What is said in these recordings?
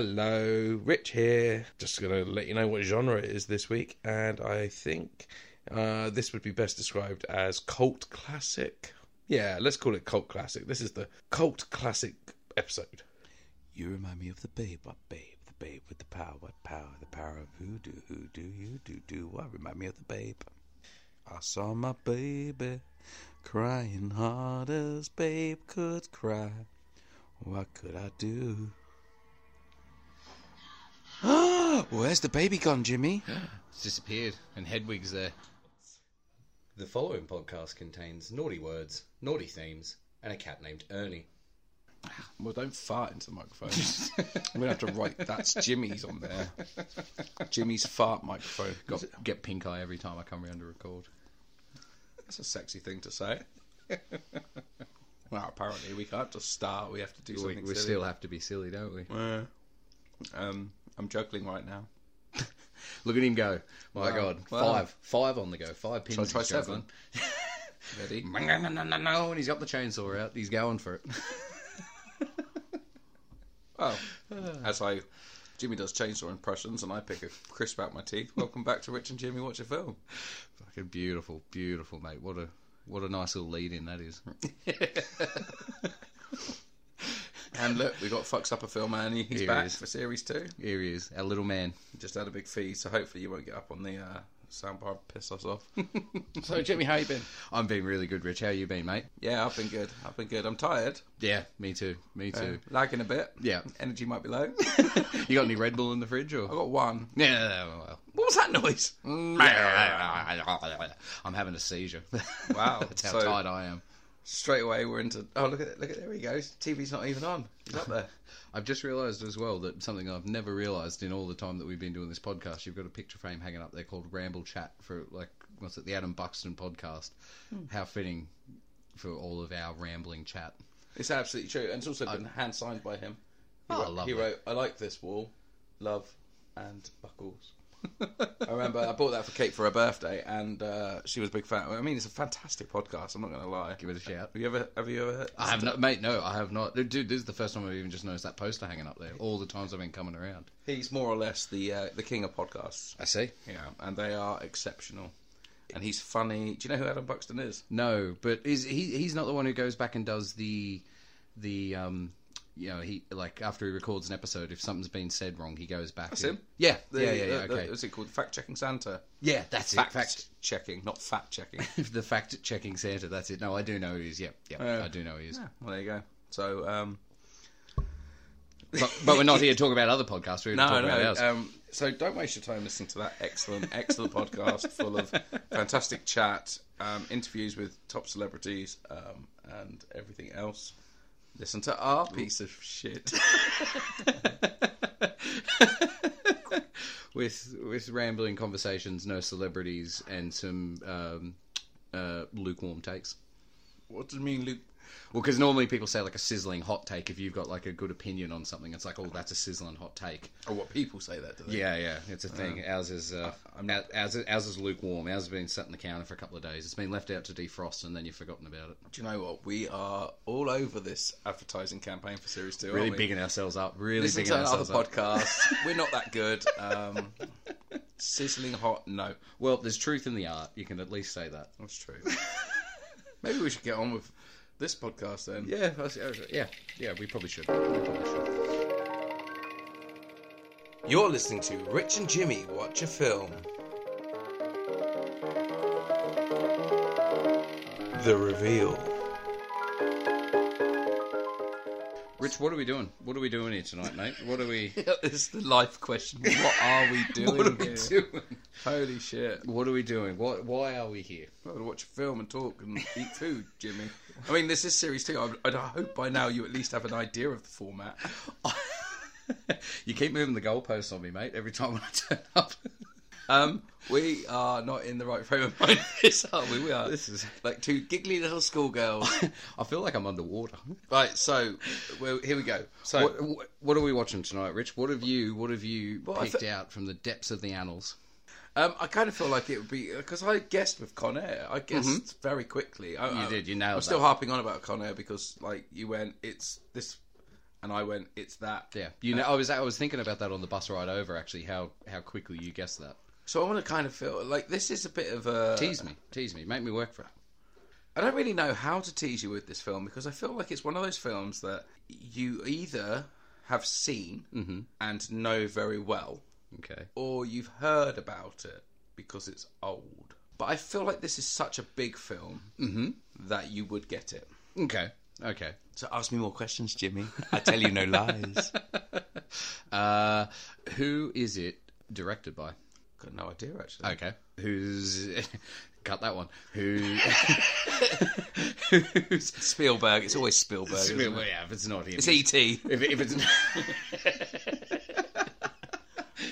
Hello, Rich here. Just going to let you know what genre it is this week, and I think uh, this would be best described as cult classic. Yeah, let's call it cult classic. This is the cult classic episode. You remind me of the babe, what babe, the babe with the power, what power, the power of voodoo, who do you do do what? Remind me of the babe. I saw my baby crying hard as babe could cry. What could I do? Where's the baby gone, Jimmy? It's disappeared, and Hedwig's there. The following podcast contains naughty words, naughty themes, and a cat named Ernie. Well, don't fart into the microphone. I'm gonna have to write that's Jimmy's on there. Jimmy's fart microphone. Got, get pink eye every time I come round to record. That's a sexy thing to say. well, apparently we can't just start. We have to do We, something. we silly. still have to be silly, don't we? Yeah. um, I'm juggling right now. Look at him go! My Wow. God, Wow. five, five on the go, five pins. Shall I try he's seven? juggling. Ready? No, no, no, no, no, and he's got the chainsaw out. He's going for it. Well, as I, Jimmy does chainsaw impressions, and I pick a crisp out my teeth. Welcome back to Rich and Jimmy Watch a Film. Fucking beautiful, beautiful, mate. What a what a nice little lead in that is. And look, we got fucks up a film, Annie. Here He's he back is. for series two. Here he is, our little man. Just had a big feed, so hopefully you won't get up on the uh, soundbar and piss us off. So, Jimmy, how you been? I'm been really good, Rich. How you been, mate? yeah, I've been good. I've been good. I'm tired. Yeah, me too. Me Uh, too. lagging a bit. Yeah. Energy might be low. You got any Red Bull in the fridge or? I got one. Yeah, no, no, well. What was that noise? I'm having a seizure. Wow, That's how so- tired I am. Straight away we're into. Oh look at it! Look at there he goes. TV's not even on. He's up there. I've just realised as well that something I've never realised in all the time that we've been doing this podcast, you've got a picture frame hanging up there called Ramble Chat for, like, what's it, the Adam Buxton podcast. How fitting for all of our rambling chat. It's absolutely true, and it's also been hand signed by him. He Oh, wrote, lovely. He wrote, "I like this wall, love, and buckles." I remember I bought that for Kate for her birthday, and uh, she was a big fan. I mean, it's a fantastic podcast. I'm not going to lie. Give it Uh, a shout. Have you ever? Have you ever? I have not, mate. No, I have not, dude. This is the first time I've even just noticed that poster hanging up there. All the times I've been coming around. He's more or less the uh, the king of podcasts. I see. Yeah, and they are exceptional. And he's funny. Do you know who Adam Buxton is? No, but is he? He's not the one who goes back and does the, the um, you know, he like after he records an episode, if something's been said wrong, he goes back. That's him. Yeah, The- yeah, yeah, yeah. the- the- okay, what's it called? Fact checking Santa. yeah, that's Fact, it. Fact. checking, not fat checking. the fact checking Santa. That's it. No, I do know who he is. Yep, yep. Yeah. I do know who he is. yeah, well, there you go. So, um, But, but we're not here to talk about other podcasts. We're here to no, talk about no. ours. Um, so don't waste your time listening to that excellent, excellent podcast full of fantastic chat, um, interviews with top celebrities, um, and everything else. Listen to our piece of shit. with with rambling conversations, no celebrities, and some um, uh, lukewarm takes. what do you mean, Luke? Well, because normally people say like a sizzling hot take if you've got like a good opinion on something. It's like, oh, that's a sizzling hot take. Or what people say that, do they? Yeah, yeah, it's a thing. ours is uh, ou- ours, ours is lukewarm. Ours has been sat in the counter for a couple of days. It's been left out to defrost, and then you've forgotten about it. Do you know what? We are all over this advertising campaign for Series 2. Really aren't we? bigging ourselves up. Really Listen bigging to another ourselves up. podcast. We're not that good. Um, sizzling hot, no. Well, there's truth in the art. You can at least say that. That's true. Maybe we should get on with this podcast then. Yeah, yeah, yeah. We probably should. We probably should. You're listening to Rich and Jimmy Watch a Film. The Reveal. Rich, what are we doing? What are we doing here tonight, mate? What are we? it's the life question. What are we doing what are we here? doing? Holy shit. What are we doing? What? Why are we here? Well, to watch a film and talk and eat food, Jimmy. I mean, this is series two. I, I hope by now you at least have an idea of the format. you keep moving the goalposts on me, mate. Every time I turn up. Um, we are not in the right frame of mind for this, oh, are we? We are This is- like two giggly little schoolgirls. I feel like I'm underwater. right, so well, here we go. So what, what- what are we watching tonight, Rich? What have you? What have you I picked thi- out from the depths of the annals? um, I kind of feel like it would be because I guessed with Con Air. I guessed very quickly. I, Mm-hmm. You I- did, you nailed Oh, I'm still that. harping on about Con Air because like you went, it's this. and I went, "It's that." Yeah, you know, I was I was thinking about that on the bus ride over. Actually, how how quickly you guessed that. So I want to kind of feel like this is a bit of a. Tease me, tease me, make me work for it. I don't really know how to tease you with this film because I feel like it's one of those films that you either have seen Mm-hmm. and know very well, Okay. or you've heard about it because it's old. But I feel like this is such a big film Mm-hmm. that you would get it. Okay. Okay. So ask me more questions, Jimmy. I tell you no lies. Uh, who is it directed by? Got no idea actually. Okay. Who's cut that one? Who? who's? Spielberg. It's always Spielberg. isn't it? Well, yeah, if it's not him, It's E.T. if, if it's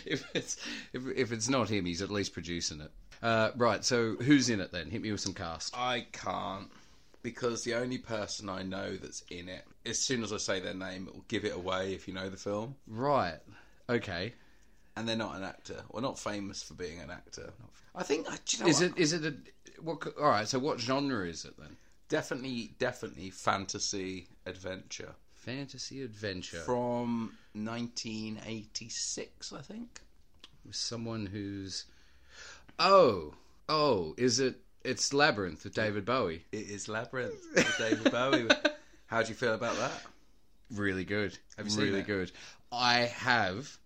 if it's if, if it's not him, he's at least producing it. Uh, right. So who's in it then? Hit me with some cast. I can't because the only person I know that's in it, as soon as I say their name, it will give it away if you know the film. Right. Okay. And they're not an actor. We're not famous for being an actor. I think. I- Do you know Is what? it is it a what? co- All right. So what genre is it then? definitely, definitely fantasy adventure Fantasy adventure. from 1986? I think. someone who's oh oh is it it's labyrinth with david bowie It is Labyrinth. with David Bowie. How do you feel about that? really good Have you seen really that? good i have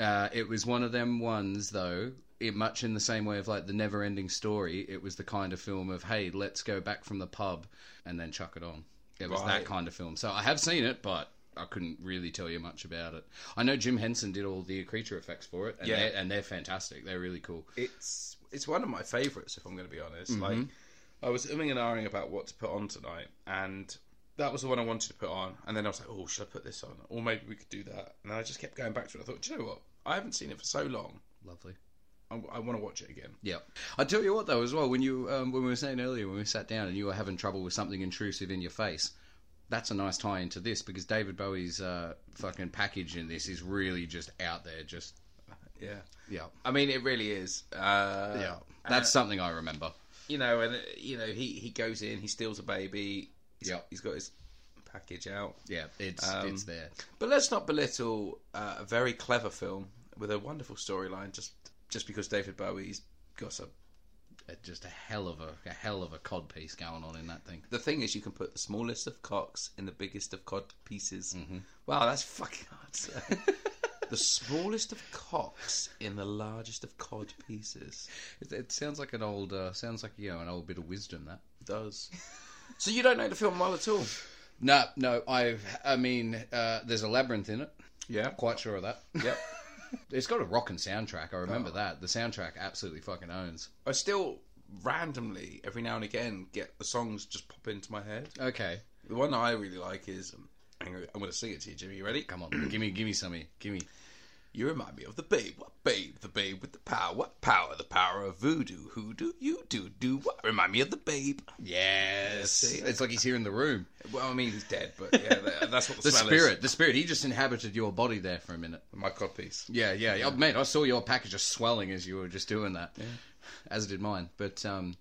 uh, it was one of them ones though it, much in the same way of like the never ending story it was the kind of film of hey let's go back from the pub and then chuck it on it was Right. that kind of film so i have seen it but I couldn't really tell you much about it. I know Jim Henson did all the creature effects for it, and, Yeah. they're, and they're fantastic. They're really cool. it's it's one of my favourites if I'm going to be honest. Like I was umming and ahhing about what to put on tonight, and that was the one I wanted to put on. And then I was like, oh, should I put this on? Or maybe we could do that. And I just kept going back to it. I thought, do you know what? I haven't seen it for so long. Lovely. I, want to watch it again. Yeah, I tell you what though, as well, when you um, when we were saying earlier, when we sat down and you were having trouble with something intrusive in your face, that's a nice tie into this because David Bowie's uh, fucking package in this is really just out there. Just Yeah. yeah, I mean, it really is. Uh, yeah, that's something I remember. You know, and uh, you know, he he goes in, he steals a baby. He's- Yeah. He's got his package out. Yeah, it's it's there. But let's not belittle uh, a very clever film with a wonderful storyline just just because David Bowie's got a Uh, Just a hell of a, a hell of a cod piece going on in that thing. The thing is, you can put the smallest of cocks in the biggest of cod pieces. Mm-hmm. Wow, that's fucking hard. to say. the smallest of cocks in the largest of cod pieces. It, it sounds like an old uh, sounds like you know an old bit of wisdom that. Does. So you don't know the film well at all. No, no, I I mean uh, there's a labyrinth in it. Yeah. Quite sure of that. Yep. It's got a rocking soundtrack. I remember that. The soundtrack absolutely fucking owns. I still randomly, every now and again, get the songs just pop into my head. Okay, The one I really like is. um, I'm going to sing it to you, Jimmy. You ready? come on, give me, give me some, of you. give me. You remind me of the babe, what babe, the babe with the power, what power, the power of voodoo, who do you do, do what? Remind me of the babe. Yes, see? it's like he's here in the room. Well, I mean, he's dead, but yeah, that, that's what the, The smell spirit, is. the spirit. He just inhabited your body there for a minute. My codpiece. Yeah, yeah, yeah. mate. I saw your package just swelling as you were just doing that, as did mine. But um,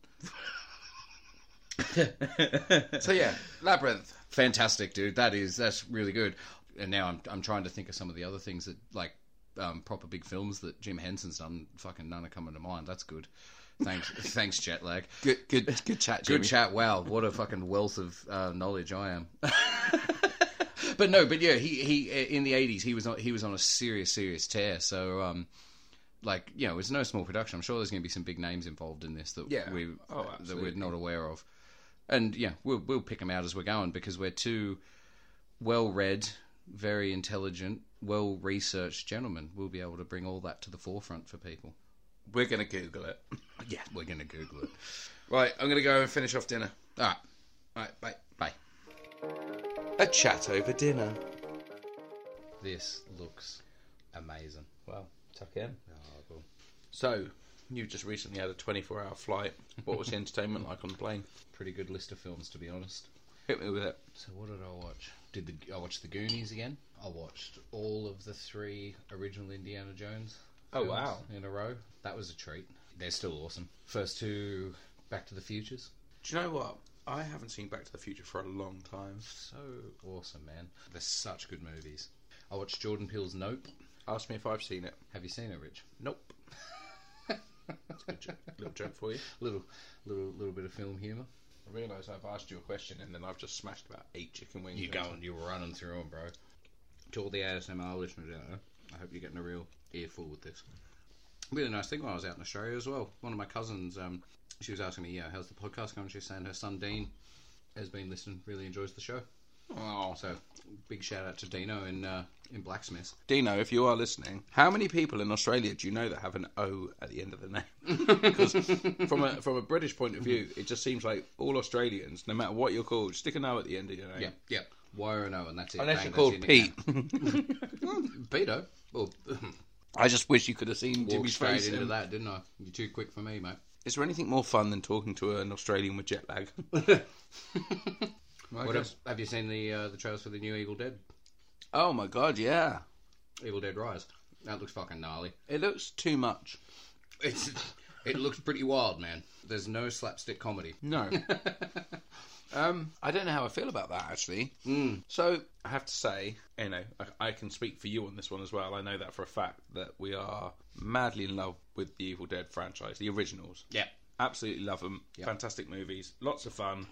So yeah, labyrinth. fantastic, dude. That is that's really good. And now I'm I'm trying to think of some of the other things that like um, proper big films that Jim Henson's done. Fucking none are coming to mind. That's good. Thanks, thanks, jet lag. Good, good, good chat. Good chat. Wow, what a fucking wealth of uh, knowledge I am. but no, but yeah, he he in the eighties he was on he was on a serious serious tear. So um, like you know, it's no small production. I'm sure there's going to be some big names involved in this that Yeah. we Oh, that we're absolutely. not aware of. And yeah, we'll we'll pick them out as we're going because we're two well read, very intelligent, well researched gentlemen. We'll be able to bring all that to the forefront for people. We're gonna Google it. Yeah, we're going to Google it. Right, I'm gonna go and finish off dinner. All right, All right, bye. bye. A chat over dinner. This looks amazing. Oh, Well, tuck in. So, you just recently had a 24-hour flight. What was the entertainment like on the plane? Pretty good list of films, to be honest. Hit me with it. So what did I watch? Did the I watched the Goonies again? I watched all of the three original Indiana Jones. Oh, films wow. In a row, that was a treat. They're still awesome. First two Back to the Futures. Do you know what? I haven't seen Back to the Future for a long time. So awesome, man. They're such good movies. I watched Jordan Peele's Nope. Ask me if I've seen it. Have you seen it, Rich? Nope. That's a good joke, little joke for you. Little, little, little bit of film humor. I realise I've asked you a question and then I've just smashed about eight chicken wings. You into going? You're running through them, bro. To all the ASMR listeners out there, I hope you're getting a real earful with this. Really nice thing when I was out in Australia as well. One of my cousins, um, she was asking me, "Yeah, how's the podcast going?" She was saying her son Dean has been listening, really enjoys the show. Oh, So, big shout out to Dino in uh, in Blacksmith. Dino, if you are listening, how many people in Australia do you know that have an O at the end of the name? Because from a from a British point of view, it just seems like all Australians, no matter what you're called, stick an O at the end of your name. Yeah, yeah. Wire and O, and that's it. Unless you're Bang, called that's your Pete. nickname. Peter. Well, I just wish you could have seen walked Jimmy's straight face. into in- that, didn't I? You're too quick for me, mate. Is there anything more fun than talking to an Australian with jet lag? What else? Have you seen the uh, the trailers for the new Evil Dead? Oh my god, yeah. Evil Dead Rise. That looks fucking gnarly. It looks too much. It's it looks pretty wild, man. There's no slapstick comedy. No. um, I don't know how I feel about that actually. So I have to say, you know, I, I can speak for you on this one as well. I know that for a fact that we are madly in love with the Evil Dead franchise, the originals. Yeah. Absolutely love them. Fantastic movies, lots of fun.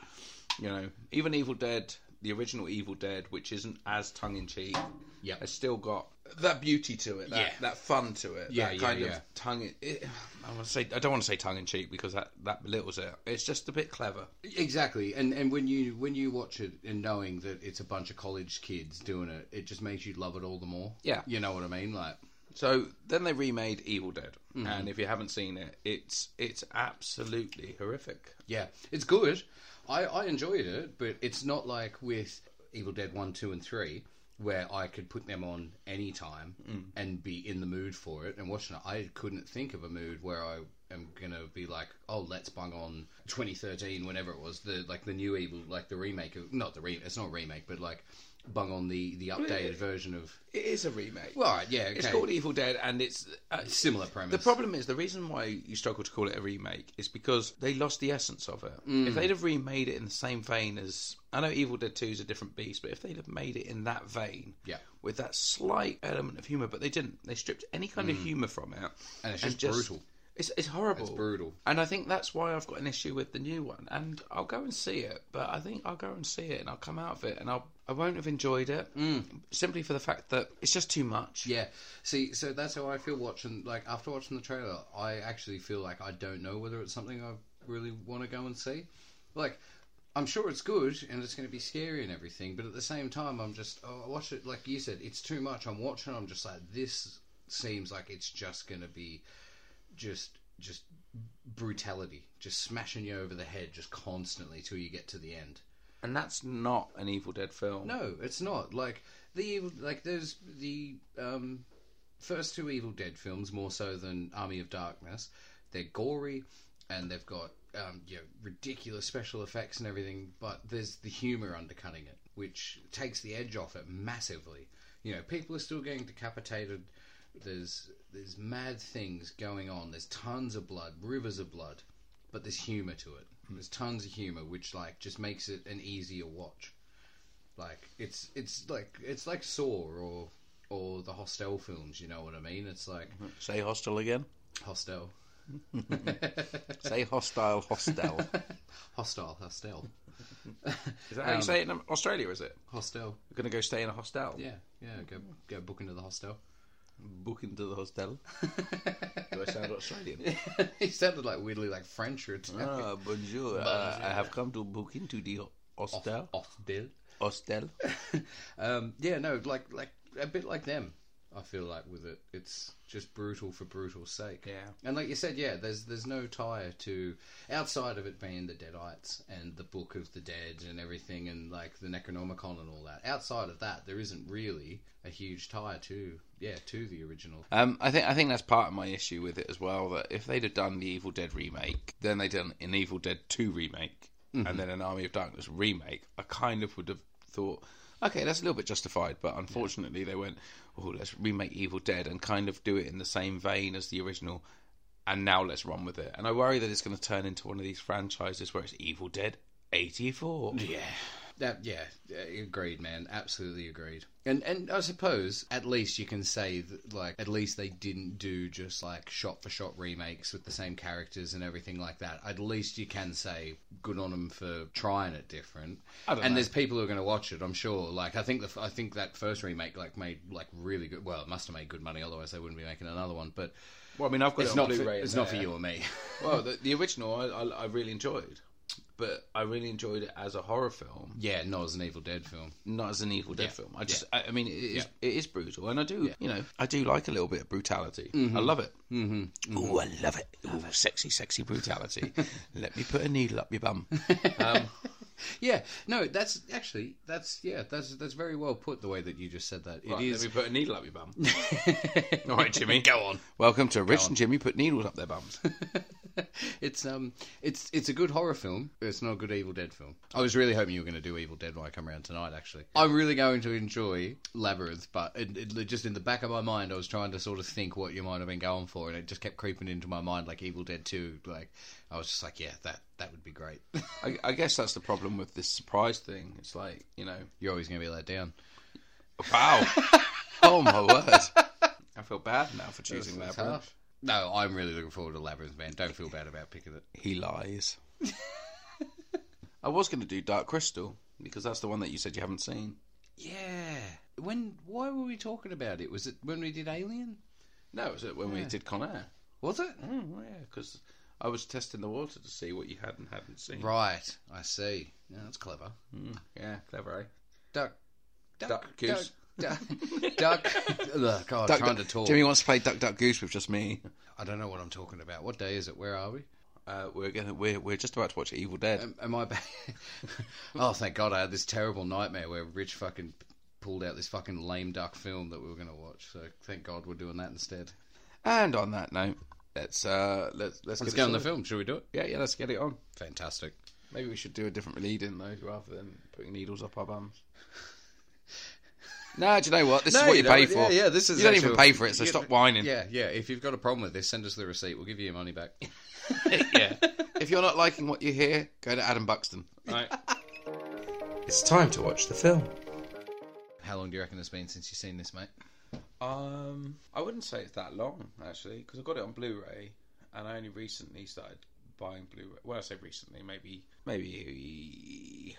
You know, even Evil Dead, the original Evil Dead, which isn't as tongue in cheek, Yeah. has still got that beauty to it, that, Yeah. that fun to it, Yeah, that yeah, kind yeah. of tongue. It, I want to say I don't want to say tongue in cheek because that that belittles it. It's just a bit clever. Exactly. And and when you when you watch it and knowing that it's a bunch of college kids doing it, it just makes you love it all the more. Yeah. You know what I mean? Like So then they remade Evil Dead, Mm-hmm. and if you haven't seen it, it's it's absolutely horrific. Yeah, it's good. I, I enjoyed it, but it's not like with Evil Dead 1, 2, and 3, where I could put them on any time Mm. and be in the mood for it and watching it. I couldn't think of a mood where I am going to be like, oh, let's bung on 2013, whenever it was, the like the new Evil, like the remake of, not the re, it's not a remake, but like bung on the, the updated version of. It is a remake. Well, all right, yeah, okay. it's called Evil Dead, and it's uh, Similar premise. The problem is the reason why you struggle to call it a remake is because they lost the essence of it. Mm. If they'd have remade it in the same vein as I know Evil Dead Two is a different beast, but if they'd have made it in that vein, Yeah. with that slight element of humor, but they didn't. They stripped any kind of humor from it, Mm. And it's just brutal. It's, it's horrible. It's brutal. and I think that's why I've got an issue with the new one. And I'll go and see it, but I think I'll go and see it, and I'll come out of it, and I'll I won't have enjoyed it simply for the fact that it's just too much. Mm. Yeah. See, so that's how I feel watching. Like after watching the trailer, I actually feel like I don't know whether it's something I really want to go and see. Like, I'm sure it's good and it's going to be scary and everything, but at the same time, I'm just oh, I watch it like you said. It's too much. I'm watching. I'm just like this seems like it's just going to be just just brutality, just smashing you over the head just constantly till you get to the end. and that's not an Evil Dead film. No, it's not. Like the evil, like there's the um, first two Evil Dead films more so than Army of Darkness. They're gory and they've got um, you know, ridiculous special effects and everything, but there's the humor undercutting it, which takes the edge off it massively. You know, people are still getting decapitated. There's there's mad things going on. There's tons of blood, rivers of blood, but there's humor to it. There's tons of humor, which like just makes it an easier watch. Like it's it's like it's like Saw or or the Hostel films. You know what I mean? It's like Mm-hmm. Say hostile again. Hostel, Say hostile, hostile. hostile, hostel, Is that how you say it in Australia? Is it? hostel. We're gonna go stay in a hostel. Yeah, yeah. Go go book into the hostel. Book into the hostel. Do I sound Australian? he sounded like weirdly like French or Italian. Ah, bonjour. Uh, I have come to book into the Ah. hostel. Off bill. Hostel. Um, yeah, no, like like a bit like them. I feel like with it, it's just brutal for brutal's sake. Yeah. and like you said, yeah, there's there's no tie to outside of it being the Deadites and the Book of the Dead and everything, and like the Necronomicon and all that. Outside of that, there isn't really a huge tie to yeah to the original. Um, I think I think that's part of my issue with it as well. That if they'd have done the Evil Dead remake, then they'd done an Evil Dead Two remake, and then an Army of Darkness remake, I kind of would have thought, okay, that's a little bit justified. But unfortunately, they went, oh, let's remake Evil Dead and kind of do it in the same vein as the original, and now let's run with it. And I worry that it's going to turn into one of these franchises where it's Evil Dead 84. Yeah. That, yeah, yeah, agreed, man. Absolutely agreed. And and I suppose at least you can say that, like, at least they didn't do just like shot for shot remakes with the same characters and everything like that. At least you can say good on them for trying it different. I don't and know. there's people who are going to watch it, I'm sure. Like, I think the f- I think that first remake like made like really good. Well, it must have made good money, otherwise they wouldn't be making another one. But Well, I mean, I've got it's it on not for, Blu-ray. it's and not for there. you or me. Well, the, the original I, I, I really enjoyed, but I really enjoyed it as a horror film, yeah, no, it's an Evil Dead film. not as an Evil Dead Yeah. film. I just, I, I mean, it is, it is brutal, and I do, Yeah. you know, I do like a little bit of brutality. I love it. Mm-hmm. Ooh, I love it. Ooh, sexy, sexy brutality. Let me put a needle up your bum. Yeah, no, that's actually that's yeah, that's that's very well put the way that you just said that. It Right, is. Let me put a needle up your bum. All right, Jimmy, go on. Welcome to Rich and Jimmy put needles up their bums. It's um, it's it's a good horror film. but It's not a good Evil Dead film. I was really hoping you were going to do Evil Dead when I come around tonight. Actually, I'm really going to enjoy Labyrinth, but it, it, just in the back of my mind, I was trying to sort of think what you might have been going for, and it just kept creeping into my mind like Evil Dead Two. Like I was just like, yeah, that that would be great. I, I guess that's the problem with this surprise thing. It's like, you know, You're always going to be let down. wow. oh my word. I feel bad now for choosing It's Labyrinth. tough. No, I'm really looking forward to Labyrinth, man. Don't feel bad about picking it. He lies. I was going to do Dark Crystal because that's the one that you said you haven't seen. Yeah. When? Why were we talking about it? Was it when we did Alien? No, it was when we did Con Air. Was it? Oh, yeah, because I was testing the water to see what you had and hadn't seen. Right. I see. Yeah, that's clever. Mm, yeah, clever, eh? Duck. Duck, goose. Duck. duck ugh, God, Duck, trying duck. to talk. Jimmy wants to play Duck Duck Goose with just me. I don't know what I'm talking about. What day is it? Where are we? Uh, we're gonna we're, we're just about to watch Evil Dead. Am, am I back? oh, thank God! I had this terrible nightmare where Rich fucking pulled out this fucking lame duck film that we were going to watch. So thank God we're doing that instead. and on that note, let's uh let's let's, Let's get go it on the sorted. film. Should we do it? Yeah, yeah, let's get it on. Fantastic. Maybe we should do a different lead in though, rather than putting needles up our bums. no, do you know what? This is No, what you you, know pay what? for. Yeah, yeah, this is you don't actual- even pay for it, so Yeah, stop whining. Yeah, yeah. If you've got a problem with this, send us the receipt. We'll give you your money back. yeah. If you're not liking what you hear, go to Adam Buxton. Right. It's time to watch the film. How long do you reckon it's been since you've seen this, mate? Um, I wouldn't say it's that long actually, because I got it on Blu-ray, and I only recently started buying Blu-ray. Well, I say recently, maybe maybe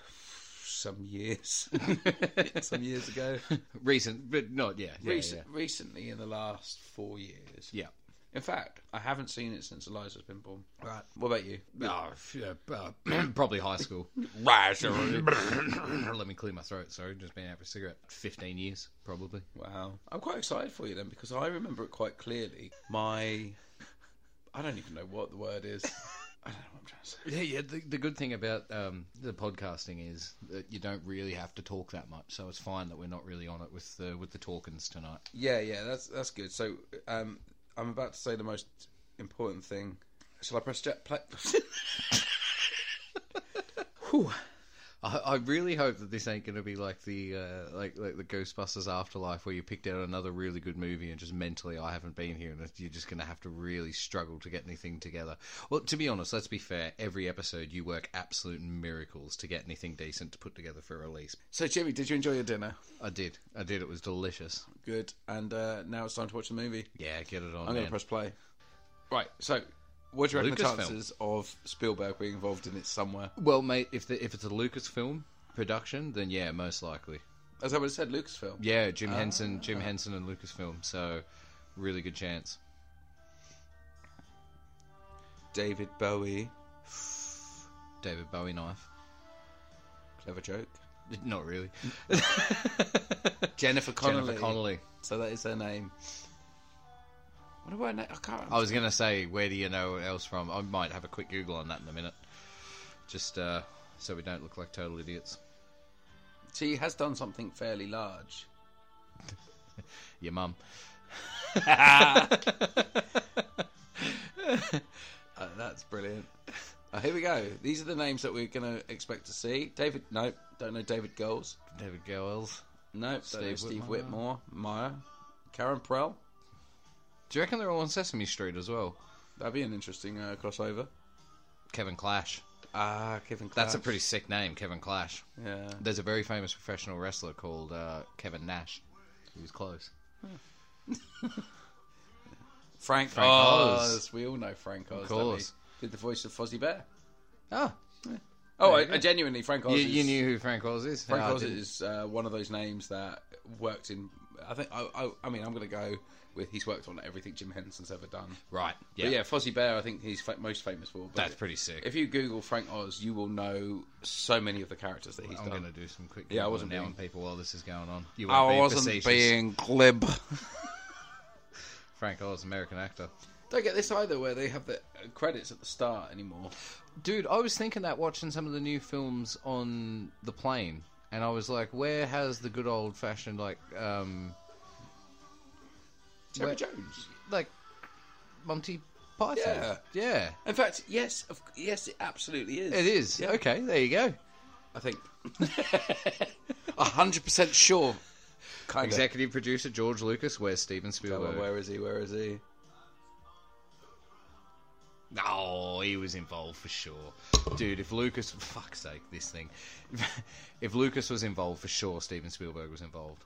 some years, some years ago. Recent, but not yeah. yeah, Recent, Recently, in the last four years. Yeah. In fact, I haven't seen it since Eliza's been born. Right. What about you? yeah. Oh, f- yeah, uh, probably high school. Right. Let me clear my throat. Sorry, just been out for a cigarette. Fifteen years, probably. Wow. I'm quite excited for you then because I remember it quite clearly. My, I don't even know what the word is. I don't know what I'm trying to say. Yeah, yeah. The, the good thing about um, the podcasting is that you don't really have to talk that much, so it's fine that we're not really on it with the with the talkings tonight. Yeah, yeah, that's that's good. So um, I'm about to say the most important thing. Shall I press jet play? I, I really hope that this ain't going to be like the uh, like like the Ghostbusters Afterlife, where you picked out another really good movie and just mentally I haven't been here, and you're just going to have to really struggle to get anything together. Well, to be honest, let's be fair. Every episode, you work absolute miracles to get anything decent to put together for release. so Jimmy, did you enjoy your dinner? I did, I did. It was delicious. Good. And uh, now it's time to watch the movie. Yeah, get it on. I'm going man. to press play. Right. So, what do you reckon Lucasfilm. the chances of Spielberg being involved in it somewhere? Well, mate, if the, if it's a Lucasfilm production, then yeah, most likely. As I would have said, Lucasfilm. Yeah, Jim Henson, Ah. Jim Henson, and Lucasfilm. So, really good chance. David Bowie. David Bowie knife. Clever joke. Not really. Jennifer Connelly. Jennifer Connolly. So that is her name. What do I know? I can't. I was going to say, where do you know else from? I might have a quick Google on that in a minute. Just uh, so we don't look like total idiots. She has done something fairly large. Your mum. Uh, that's brilliant. Uh, here we go. These are the names that we're going to expect to see. David, nope, don't know David Goals. David Goels. Nope, Steve, don't know Steve Steve Whitmire. Whitmore. Meyer. Karen Prell. Do you reckon they're all on Sesame Street as well? That'd be an interesting uh, crossover. Kevin Clash. Ah, Kevin. Clash. That's a pretty sick name, Kevin Clash. Yeah. There's a very famous professional wrestler called uh, Kevin Nash. He was close. Frank Frank, Oz. Oz. We all know Frank Oz. Of course. Did the voice of Fozzie Bear. Oh, Oh, I, I genuinely, Frank Oz. you, is, you knew who Frank Oz is? Frank No, I Oz didn't. is uh, one of those names that worked in. I think. I. I, I mean, I'm going to go with he's worked on everything Jim Henson's ever done. Right. Yeah. Yeah. But yeah, Fozzie Bear. I think he's fa- most famous for. But That's pretty sick. If you Google Frank Oz, you will know so many of the characters that he's I'm done. going to do some quick. Yeah, I Google wasn't now being- on people while this is going on. You weren't I being wasn't facetious. being glib. Frank Oz, American actor. Don't get this either, where they have the uh, credits at the start anymore. Dude, I was thinking that watching some of the new films on the plane, and I was like, where has the good old fashioned like, um, Terry Where- Jones. like Monty Python? Yeah. yeah, In fact, yes, of, yes, it absolutely is. it is. Yeah. Okay, there you go. I think. hundred percent sure. Kind of. Executive producer George Lucas. Where's Steven Spielberg? Where is he? Where is he? No, Oh, he was involved for sure. Dude, if Lucas, fuck's sake, this thing. if Lucas was involved for sure, Steven Spielberg was involved.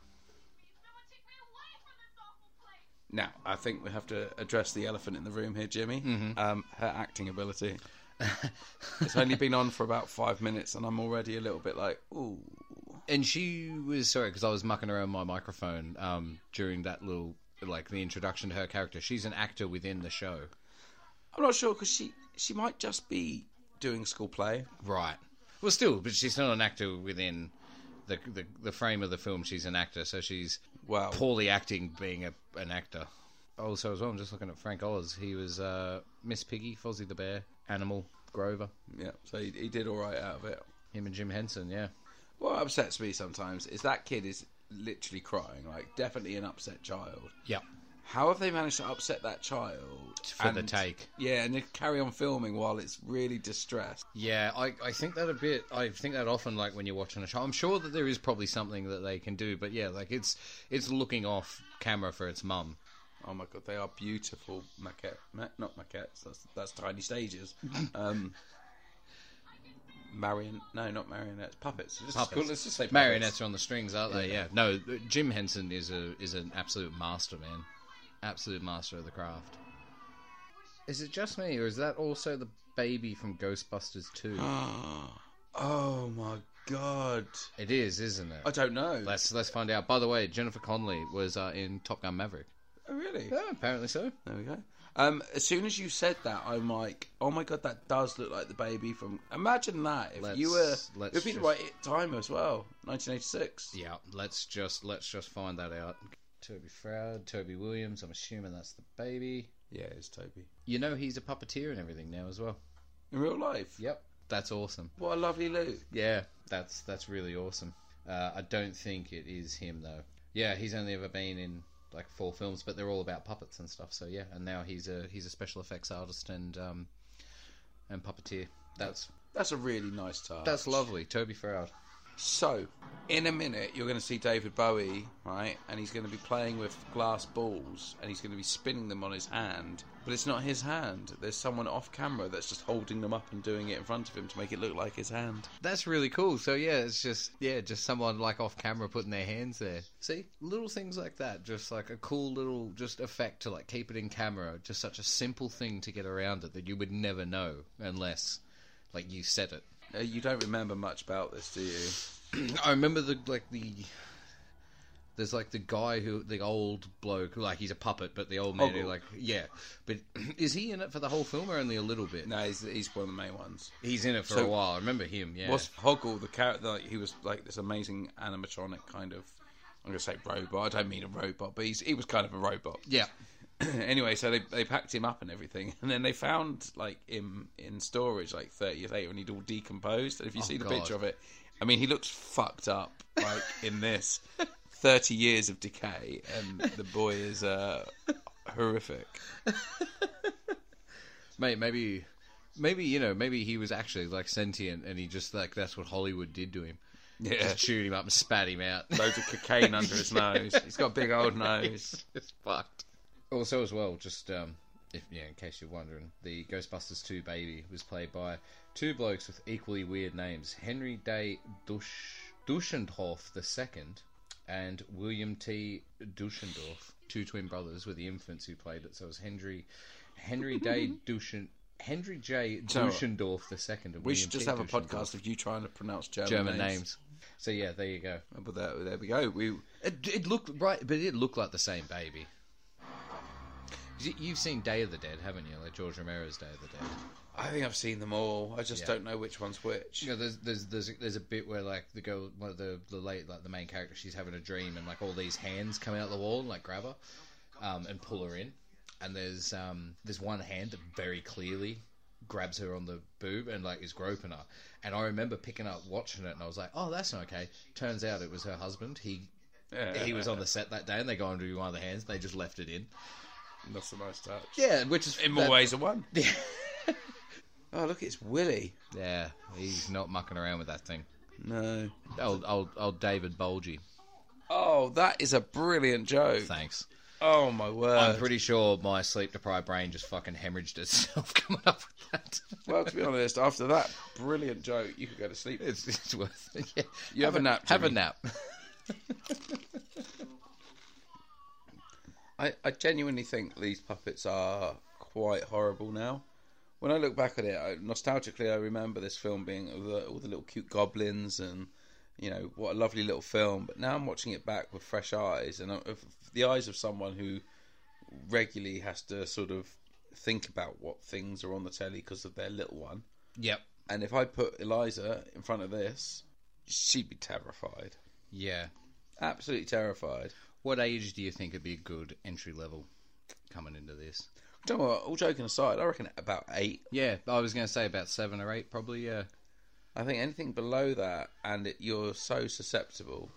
Someone take me away from this awful place! Now, I think we have to address the elephant in the room here, Jimmy. Um, her acting ability. it's only been on for about five minutes, and I'm already a little bit like, ooh. And she was sorry because I was mucking around my microphone um, during that little like the introduction to her character. She's an actor within the show, I'm not sure because she she might just be doing school play. right? Well, still, but she's not an actor within the the, the frame of the film. She's an actor, so she's Wow. poorly acting being a, an actor. Also, as well, I'm just looking at Frank Oz. He was uh, Miss Piggy, Fozzie the Bear, Animal, Grover. Yeah, so he, he did all right out of it. Him and Jim Henson, yeah. What upsets me sometimes is that kid is literally crying, like definitely an upset child. Yep. How have they managed to upset that child For the and- take. Yeah, and they carry on filming while it's really distressed. Yeah, I, I think that a bit. I think that often, like when you're watching a show, I'm sure that there is probably something that they can do, but yeah, like it's it's looking off camera for its mum. Oh my god, they are beautiful maquette, ma- not maquettes. That's that's tiny stages. Um, Marion, no, not marionettes, puppets. Just- Puppets. let's just say puppets. Marionettes are on the strings, aren't they? Yeah. No, Jim Henson is a is an absolute master, man. Absolute master of the craft. Is it just me, or is that also the baby from Ghostbusters 2? Oh my god, it is, isn't it? I don't know. Let's let's find out. By the way, Jennifer Connelly was uh, in Top Gun Maverick. oh really? Yeah, apparently so. There we go. Um, as soon as you said that, I'm like, oh my god, that does look like the baby from. Imagine that if you were. Let's- It would let's be the just- right time as well. 1986. Yeah, let's just let's just find that out. Toby Froud, Toby Williams. I'm assuming that's the baby. Yeah, it's Toby. You know he's a puppeteer and everything now as well. In real life. Yep, that's awesome. What a lovely look. Yeah, that's that's really awesome. Uh, I don't think it is him though. Yeah, he's only ever been in like four films, but they're all about puppets and stuff. So yeah, and now he's a he's a special effects artist and um and puppeteer. That's That's a really nice touch. that's lovely, Toby Froud. So, in a minute, you're going to see David Bowie, right? And he's going to be playing with glass balls and he's going to be spinning them on his hand. But it's not his hand. There's someone off camera that's just holding them up and doing it in front of him to make it look like his hand. That's really cool. So yeah, it's just yeah, just someone like off camera putting their hands there. See, little things like that, just like a cool little just effect to like keep it in camera. Just such a simple thing to get around it that you would never know unless like you said it. Uh, you don't remember much about this, do you? I remember the like the there's like the guy who the old bloke who like he's a puppet, but the old man who Hoggle. like yeah, but is he in it for the whole film or only a little bit? No, he's, he's one of the main ones. He's in it for So- a while. I remember him. Yeah, Was Hoggle the character? Like, he was like this amazing animatronic kind of. I'm going to say robot. I don't mean a robot, but he's, he was kind of a robot. yeah. anyway, so they they packed him up and everything, and then they found like him in storage like 30 years later, and he'd all decomposed. And if you see the God. picture of it, I mean, he looks fucked up like in this. 30 years of decay, and the boy is uh, horrific. Mate, maybe, maybe you know, maybe he was actually like sentient, and he just like that's what Hollywood did to him. Yeah, Just chewed him up and spat him out. loads of cocaine under his nose. He's got a big old nose. it's fucked. Also, as well, just um, if yeah, in case you're wondering, the Ghostbusters 2 baby was played by two blokes with equally weird names: Henry Day Dusch, Duschendorf II and William T. Duschendorf, two twin brothers were the infants who played it. So it was Henry, Henry Day Duschen, Henry J. So, Duschendorf II. And We William should just T. have a Duschendorf. podcast of you trying to pronounce German, German names. names. So yeah, there you go. But that, there we go. We It, it looked right, but it looked like the same baby. You- You've seen Day of the Dead, haven't you? Like George Romero's Day of the Dead. I think I've seen them all. I just Yeah. don't know which one's which. You know, there's there's there's a, there's a bit where like the girl, one of the the late like the main character, she's having a dream, and like all these hands come out the wall and like grab her, um, and pull her in. And there's um there's one hand that very clearly grabs her on the boob and like is groping her. And I remember picking up watching it, and I was like, oh, that's not okay. Turns out it was her husband. He he was on the set that day, and they go and do one of the hands. And they just left it in. That's a nice touch. Yeah, which is In more that- ways than one. Oh, look, it's Willy. Yeah, he's not mucking around with that thing. No. Old old old David Bolgy. Oh, that is a brilliant joke. Thanks. Oh my word. I'm pretty sure my sleep deprived brain just fucking hemorrhaged itself coming up with that. well, to be honest, after that brilliant joke, you could go to sleep. It's, it's worth it. Yeah. You have a nap, Have a Jimmy. nap. I, I genuinely think these puppets are quite horrible now. When I look back at it, I, nostalgically, I remember this film being all the, all the little cute goblins and, you know, what a lovely little film. But now I'm watching it back with fresh eyes and uh, of- the eyes of someone who regularly has to sort of think about what things are on the telly because of their little one. Yep. And if I put Eliza in front of this, she'd be terrified. Yeah. Absolutely terrified. What age do you think would be a good entry level coming into this? Do you know what? All joking aside, I reckon about eight Yeah, I was going to say about seven or eight, probably. Yeah. I think anything below that, and it, you're so susceptible.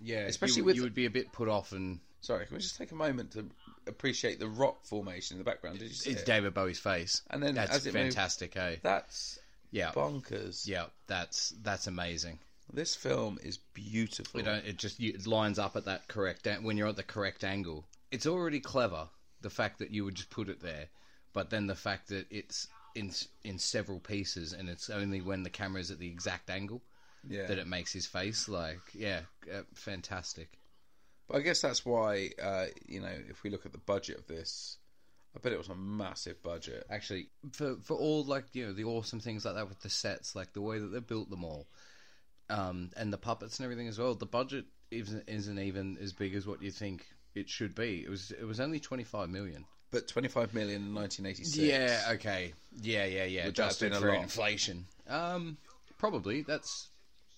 Yeah. Especially you, with- you would be a bit put off, and Sorry, can we just take a moment to appreciate the rock formation in the background? Did you see it's it? David Bowie's face, And then that's as it moved- fantastic, eh? hey? That's Yeah. bonkers. Yeah, that's that's amazing. This film is beautiful. We don't. It just you, it lines up at that correct an- when you're at the correct angle. It's already clever the fact that you would just put it there, but then the fact that it's in s- in several pieces and it's only when the camera is at the exact angle yeah. that it makes his face like yeah, uh, fantastic. But I guess that's why, uh, you know, if we look at the budget of this, I bet it was a massive budget. Actually, for for all like you know the awesome things like that with the sets, like the way that they built them all, um, and the puppets and everything as well. The budget isn't isn't even as big as what you think it should be. It was it was only twenty five million. But 25 million in 1986. Yeah. Okay. Yeah. Yeah. Yeah. Would that have Adjusted been a for lot? inflation. Um, probably that's.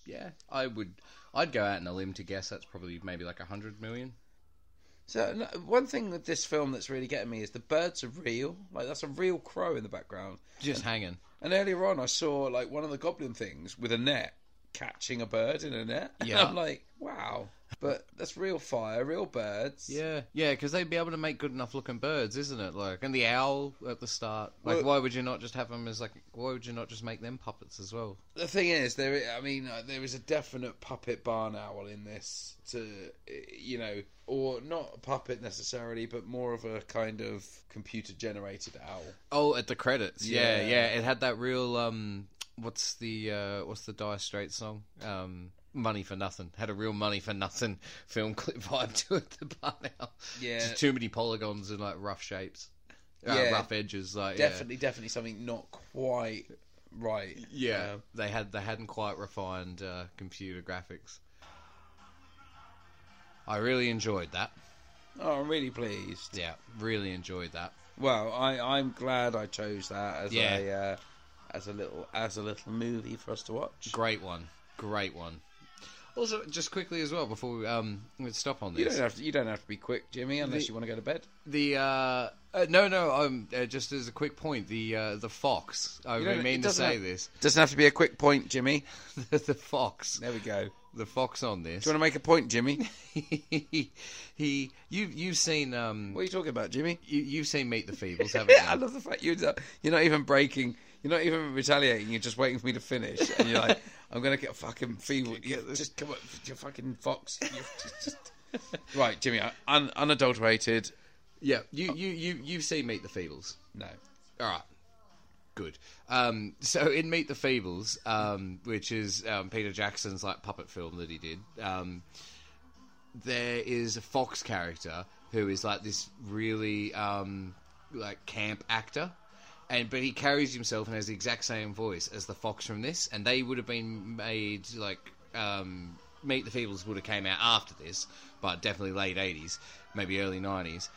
Yeah, I would. I'd go out on a limb to guess that's probably maybe like a hundred million. So no, one thing with this film that's really getting me is the birds are real. Like that's a real crow in the background. Just hanging. And earlier on, I saw like one of the goblin things with a net catching a bird in a net. And Yeah. I'm like, wow. But that's real fire, real birds. Yeah, yeah, because they'd be able to make good enough looking birds, isn't it? Like, and the owl at the start. Like, Well- why would you not just have them as like? Why would you not just make them puppets as well? The thing is, there. I mean, uh, there is a definite puppet barn owl in this. To uh, you know, or not a puppet necessarily, but more of a kind of computer generated owl. Oh, at the credits. Yeah, Yeah. yeah, it had that real. um What's the uh what's the Dire Straits song? Um Money for nothing had a real money for nothing film clip vibe to it. The barn owl. Yeah. Just too many polygons and like rough shapes, uh, Yeah. rough edges. Like yeah. Definitely, definitely something not quite right. Yeah, Um, they had they hadn't quite refined uh, computer graphics. I really enjoyed that. oh, I'm really pleased. Yeah, really enjoyed that. Well, I, I'm glad I chose that as Yeah. a uh, as a little as a little movie for us to watch. Great one, great one. Also, just quickly as well before we, um we stop on You don't this, have to, you don't have to be quick, Jimmy, unless The- you want to go to bed. the uh, uh no no um uh, just as a quick point the uh, the fox. I don't- really it mean to doesn't say have- this Doesn't have to be a quick point, Jimmy. the fox There we go. Do the fox on this. you want to make a point, Jimmy? he, he you you've seen um What are you talking about, Jimmy? you, you've seen Meet the Feebles haven't you? Yeah, I love the fact you're not, you're not even breaking. You're not even retaliating. You're just waiting for me to finish, and you're like, "I'm gonna get fucking feeble." Yeah, just come on, you're fucking fox. You're just, just- Right, Jimmy. un- Unadulterated Yeah, you you you you've seen Meet the Feebles. No. All right. Good. Um, so in Meet the Feebles, um, which is um, Peter Jackson's like puppet film that he did, um, there is a fox character who is like this really um, like camp actor, and but he carries himself and has the exact same voice as the fox from this, and they would have been made like um, Meet the Feebles would have came out after this, but definitely late eighties, maybe early nineties.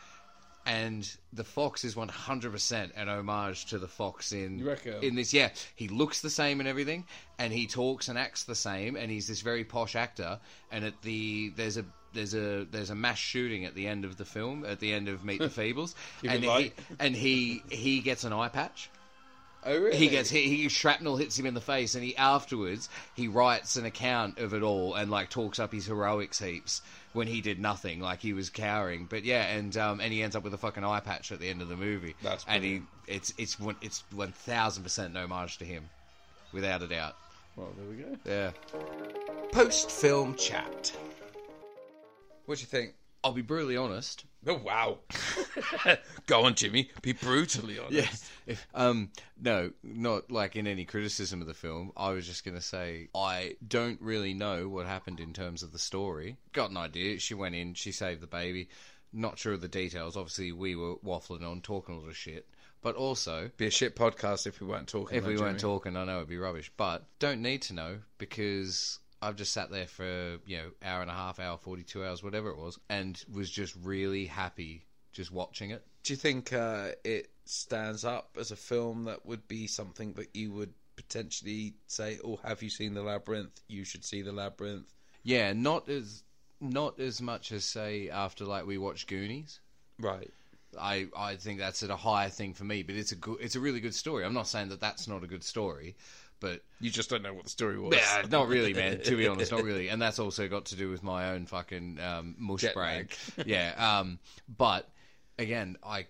And the fox is one hundred percent an homage to the fox in You reckon? in this. Yeah, he looks the same and everything, and he talks and acts the same, and he's this very posh actor. And at the there's a there's a there's a mass shooting at the end of the film, at the end of Meet the Feebles, and it he, light. and he he gets an eye patch. Oh, really? He gets hit. He shrapnel hits him in the face, and he afterwards he writes an account of it all and like talks up his heroics heaps when he did nothing, like he was cowering. But yeah, and um, and he ends up with a fucking eye patch at the end of the movie. That's and he it's it's one it's one thousand percent an homage to him, without a doubt. Well, there we go. Yeah, Post film chat. What do you think? I'll be brutally honest. Oh, wow. go on, Jimmy. Be brutally honest. If, um, no, not like in any criticism of the film. I was just going to say I don't really know what happened in terms of the story. Got an idea. She went in. She saved the baby. Not sure of the details. Obviously, we were waffling on, talking a lot of shit. But also, Be a shit podcast if we weren't talking. if though, we weren't Jimmy. talking, I know it'd be rubbish. But don't need to know because I've just sat there for you know hour and a half, hour forty two hours, whatever it was, and was just really happy just watching it. do you think uh, it stands up as a film that would be something that you would potentially say, "Oh, have you seen the labyrinth? You should see the labyrinth." Yeah, not as not as much as say after like we watch Goonies. Right. I I think that's at a higher thing for me, but it's a good it's a really good story. I'm not saying that that's not a good story, but You just don't know what the story was. yeah, not really, man. To be honest, not really. And that's also got to do with my own fucking um, mush Jet brain. lag. yeah. Um, but again, I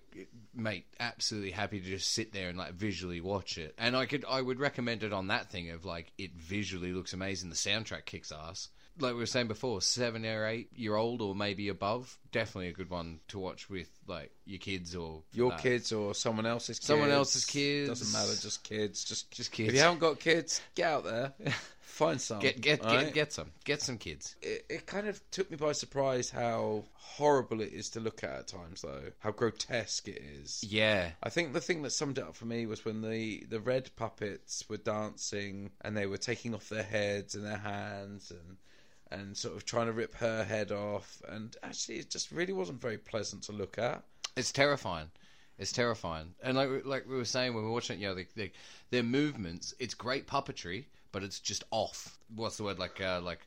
mate, absolutely happy to just sit there and like visually watch it. And I could, I would recommend it on that thing of like it visually looks amazing. The soundtrack kicks ass. Like we were saying before, seven or eight year old or maybe above, definitely a good one to watch with like your kids or Your uh, kids or someone else's kids. Someone else's kids. Doesn't matter, just kids. Just Just kids. If you haven't got kids, get out there. Find some. Get get get, alright? get some get some kids. It, it kind of took me by surprise how horrible it is to look at at times, though. How grotesque it is. Yeah, I think the thing that summed it up for me was when the, the red puppets were dancing and they were taking off their heads and their hands and and sort of trying to rip her head off. And actually, it just really wasn't very pleasant to look at. It's terrifying. It's terrifying. And like we- like we were saying when we were watching it, you know, the, the, their movements. It's great puppetry, but it's just off. What's the word like uh, like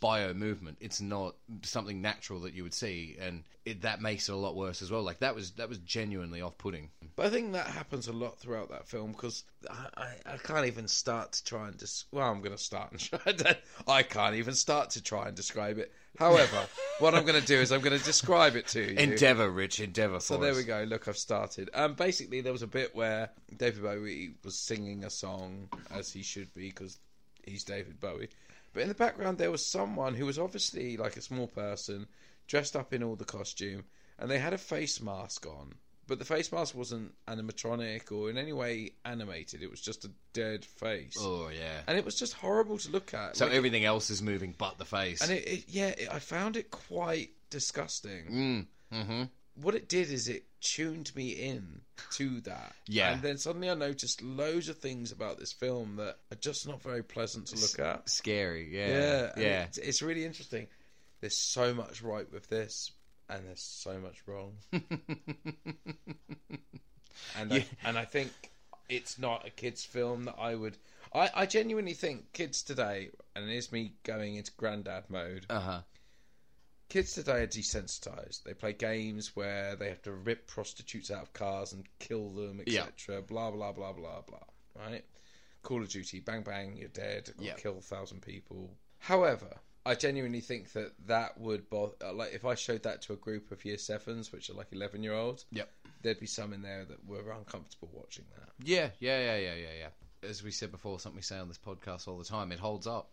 bio movement? It's not something natural that you would see, and it, that makes it a lot worse as well. Like that was that was genuinely off putting. But I think that happens a lot throughout that film because I, I, I can't even start to try and dis- well I'm going to start and try to, I can't even start to try and describe it. However, what I'm going to do is I'm going to describe it to you. Endeavor, Rich, endeavor. So there we go. Look, I've started. Um, basically, there was a bit where David Bowie was singing a song as he should be because he's David Bowie. But in the background, there was someone who was obviously like a small person, dressed up in all the costume, and they had a face mask on. But the face mask wasn't animatronic or in any way animated. It was just a dead face, Oh yeah. and it was just horrible to look at. So Like, everything else is moving but the face. and it, it yeah, it, I found it quite disgusting mm, hmm what it did is it tuned me in to that. Yeah. And then suddenly I noticed loads of things about this film that are just not very pleasant to look at. Scary. Yeah. Yeah. and yeah. It's, it's really interesting. There's so much right with this, and there's so much wrong. and I, Yeah. and I think it's not a kids' film that I would. I, I genuinely think kids today, and it's me going into granddad mode Uh huh. kids today are desensitized. They play games where they have to rip prostitutes out of cars and kill them, Yeah. etc. Blah blah blah blah blah. Right? Call of Duty, bang bang, you're dead. Or Yeah. Kill a thousand people. However, I genuinely think that that would bother. Like, if I showed that to a group of year sevens, which are like eleven year olds, Yep. there'd be some in there that were uncomfortable watching that. Yeah, yeah, yeah, yeah, yeah, yeah. As we said before, something we say on this podcast all the time, it holds up.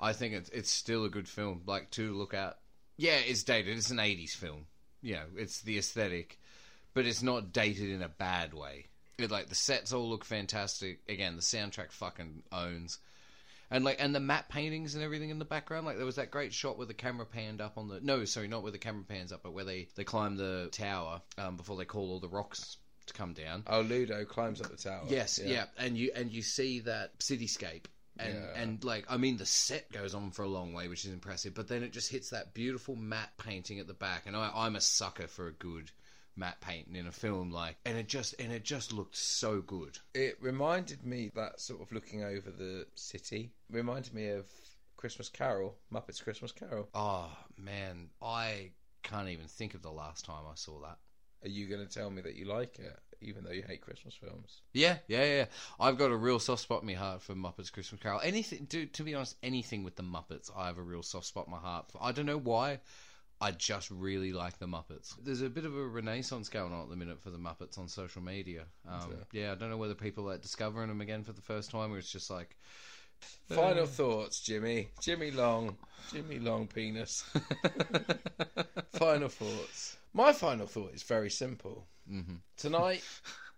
I think it's it's still a good film, like to look at. Yeah, it's dated. It's an '80s film. You know, it's the aesthetic, but it's not dated in a bad way. It, like the sets all look fantastic. Again, the soundtrack fucking owns. And like and the map paintings and everything in the background, like there was that great shot where the camera panned up on the no, sorry, not where the camera pans up, but where they they climb the tower um, before they call all the rocks to come down. Oh, Ludo climbs up the tower. Yes, yeah. and you and you see that cityscape, and Yeah. and like I mean, the set goes on for a long way, which is impressive. But then it just hits that beautiful matte painting at the back, and I, I'm a sucker for a good matte painting in a film, like, and it just and it just looked so good. It reminded me that sort of looking over the city reminded me of Christmas Carol, Muppets Christmas Carol. Oh man, I can't even think of the last time I saw that. Are you going to tell me that you like it, even though you hate Christmas films? Yeah, yeah, yeah. I've got a real soft spot in my heart for Muppets Christmas Carol. Anything, to, to be honest, anything with the Muppets, I have a real soft spot in my heart. For. I don't know why. I just really like the Muppets. There's a bit of a renaissance going on at the minute for the Muppets on social media. Um, yeah, I don't know whether people are discovering them again for the first time, or it's just like Uh. Final thoughts, Jimmy. Jimmy Long. Jimmy Long penis. final thoughts. My final thought is very simple. Mm-hmm. Tonight,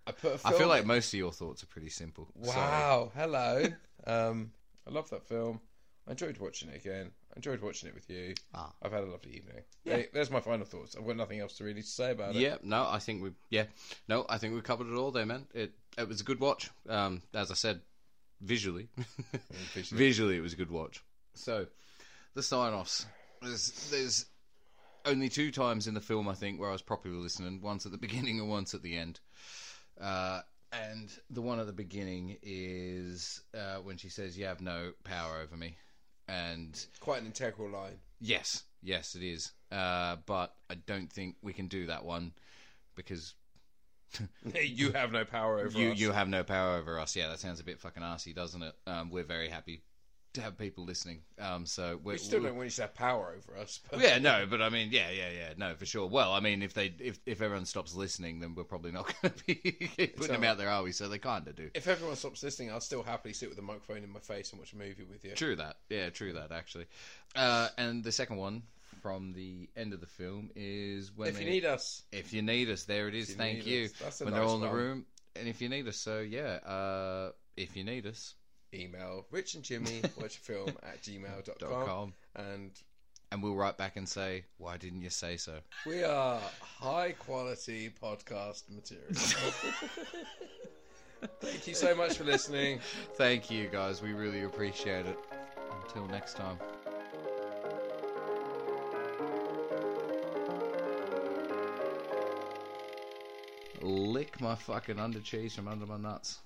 I put a I film. feel like most of your thoughts are pretty simple. Sorry. Wow. Hello. um, I love that film. I enjoyed watching it again. I enjoyed watching it with you. Ah. I've had a lovely evening. Hey, there's my final thoughts. I've got nothing else to really say about it. Yeah, no, I think we yeah, no, I think we covered it all there, man. It it was a good watch. Um, as I said, visually, visually, it was a good watch. So, the sign-offs. There's there's only two times in the film I think where I was properly listening. Once at the beginning and once at the end. Uh, and the one at the beginning is uh, when she says, "You have no power over me," and Quite an integral line. Yes, yes, it is. Uh, but I don't think we can do that one because you have no power over you us. you have no power over us. Yeah, that sounds a bit fucking arsey, doesn't it? Um, we're very happy to have people listening. Um, so we're, we still don't want you to have power over us. But yeah, no, but I mean, yeah, yeah, yeah, no, for sure. Well, I mean, if they if if everyone stops listening, then we're probably not going to be putting them all out there, are we? So they kind of do. If everyone stops listening, I'll still happily sit with a microphone in my face and watch a movie with you. True that. Yeah, true that. Actually, uh, and the second one from the end of the film is when If you they- need us, If you need us, there it is. you Thank need you. us. That's a when they're nice all in the one. room, and if you need us, so yeah. Uh, if you need us, email rich and Jimmy watch a film at dot gmail.com. com, And and we'll write back and say, why didn't you say so? we are high quality podcast material. Thank you so much for listening. Thank you, guys. We really appreciate it. Until next time. Lick my fucking under cheese from under my nuts.